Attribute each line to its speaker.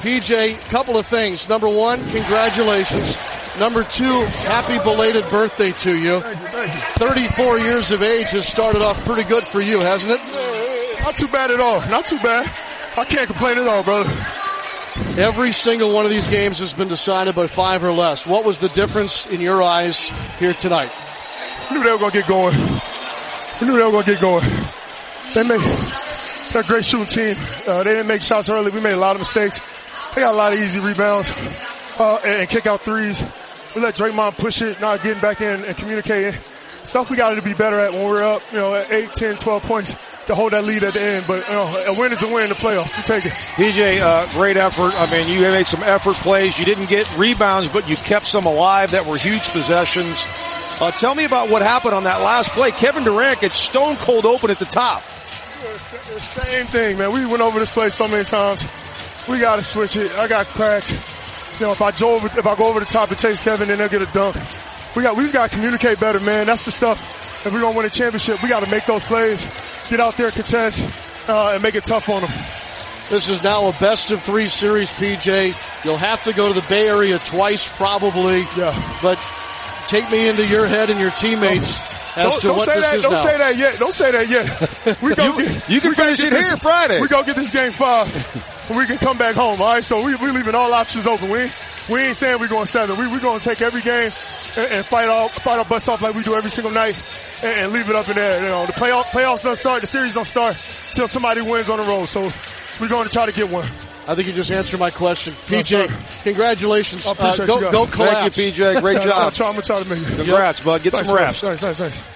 Speaker 1: PJ, couple of things. Number one, congratulations. Number two, happy belated birthday to you.
Speaker 2: Thank you, thank you.
Speaker 1: 34 years of age has started off pretty good for you, hasn't it?
Speaker 2: Not too bad at all. Not too bad. I can't complain at all, brother.
Speaker 1: Every single one of these games has been decided by five or less. What was the difference in your eyes here tonight?
Speaker 2: We knew they were gonna get going. We knew they were gonna get going. They made they're a great shooting team. Uh, they didn't make shots early. We made a lot of mistakes. They got a lot of easy rebounds uh, and, and kick out threes. We let Draymond push it, not getting back in and communicating. Stuff we got to be better at when we're up, you know, at 8, 10, 12 points to hold that lead at the end. But, you know, a win is a win in the playoffs. You take it.
Speaker 3: PJ, uh, great effort. I mean, you made some effort plays. You didn't get rebounds, but you kept some alive that were huge possessions. Uh, tell me about what happened on that last play. Kevin Durant gets stone cold open at the top.
Speaker 2: Same thing, man. We went over this play so many times. We gotta switch it. I got cracked. You know, if I go over, if I go over the top and chase Kevin, then they'll get a dunk. We got, we just gotta communicate better, man. That's the stuff. If we're gonna win a championship, we gotta make those plays. Get out there, contest, uh, and make it tough on them.
Speaker 1: This is now a best of three series, PJ. You'll have to go to the Bay Area twice, probably.
Speaker 2: Yeah.
Speaker 1: But take me into your head and your teammates as
Speaker 2: Don't,
Speaker 1: to
Speaker 2: don't
Speaker 1: what
Speaker 2: say
Speaker 1: this
Speaker 2: that.
Speaker 1: is
Speaker 2: Don't
Speaker 1: now.
Speaker 2: say that yet. Don't say that yet. We go. get,
Speaker 3: you can
Speaker 2: we gonna
Speaker 3: finish
Speaker 2: get
Speaker 3: it
Speaker 2: this-
Speaker 3: here Friday.
Speaker 2: We go get this game five, and we can come back home. All right. So we we leaving all options open. We ain't- we ain't saying we going seven. We we going to take every game and, and fight all fight our butts off like we do every single night, and, and leave it up in there. You know, the playoff playoffs don't start. The series don't start till somebody wins on the road. So we're going to try to get one.
Speaker 1: I think you just answered my question.
Speaker 2: No,
Speaker 1: PJ, congratulations. Uh,
Speaker 2: I Oh, appreciate
Speaker 1: go,
Speaker 2: you guys.
Speaker 1: go
Speaker 2: Thank
Speaker 1: collapse.
Speaker 3: Thank you, PJ. Great
Speaker 2: I'm gonna
Speaker 3: job.
Speaker 2: try, I'm gonna try to make it.
Speaker 3: Congrats, bud. Get
Speaker 2: Thanks,
Speaker 3: some
Speaker 2: man.
Speaker 3: reps.
Speaker 2: Thanks, thanks, thanks.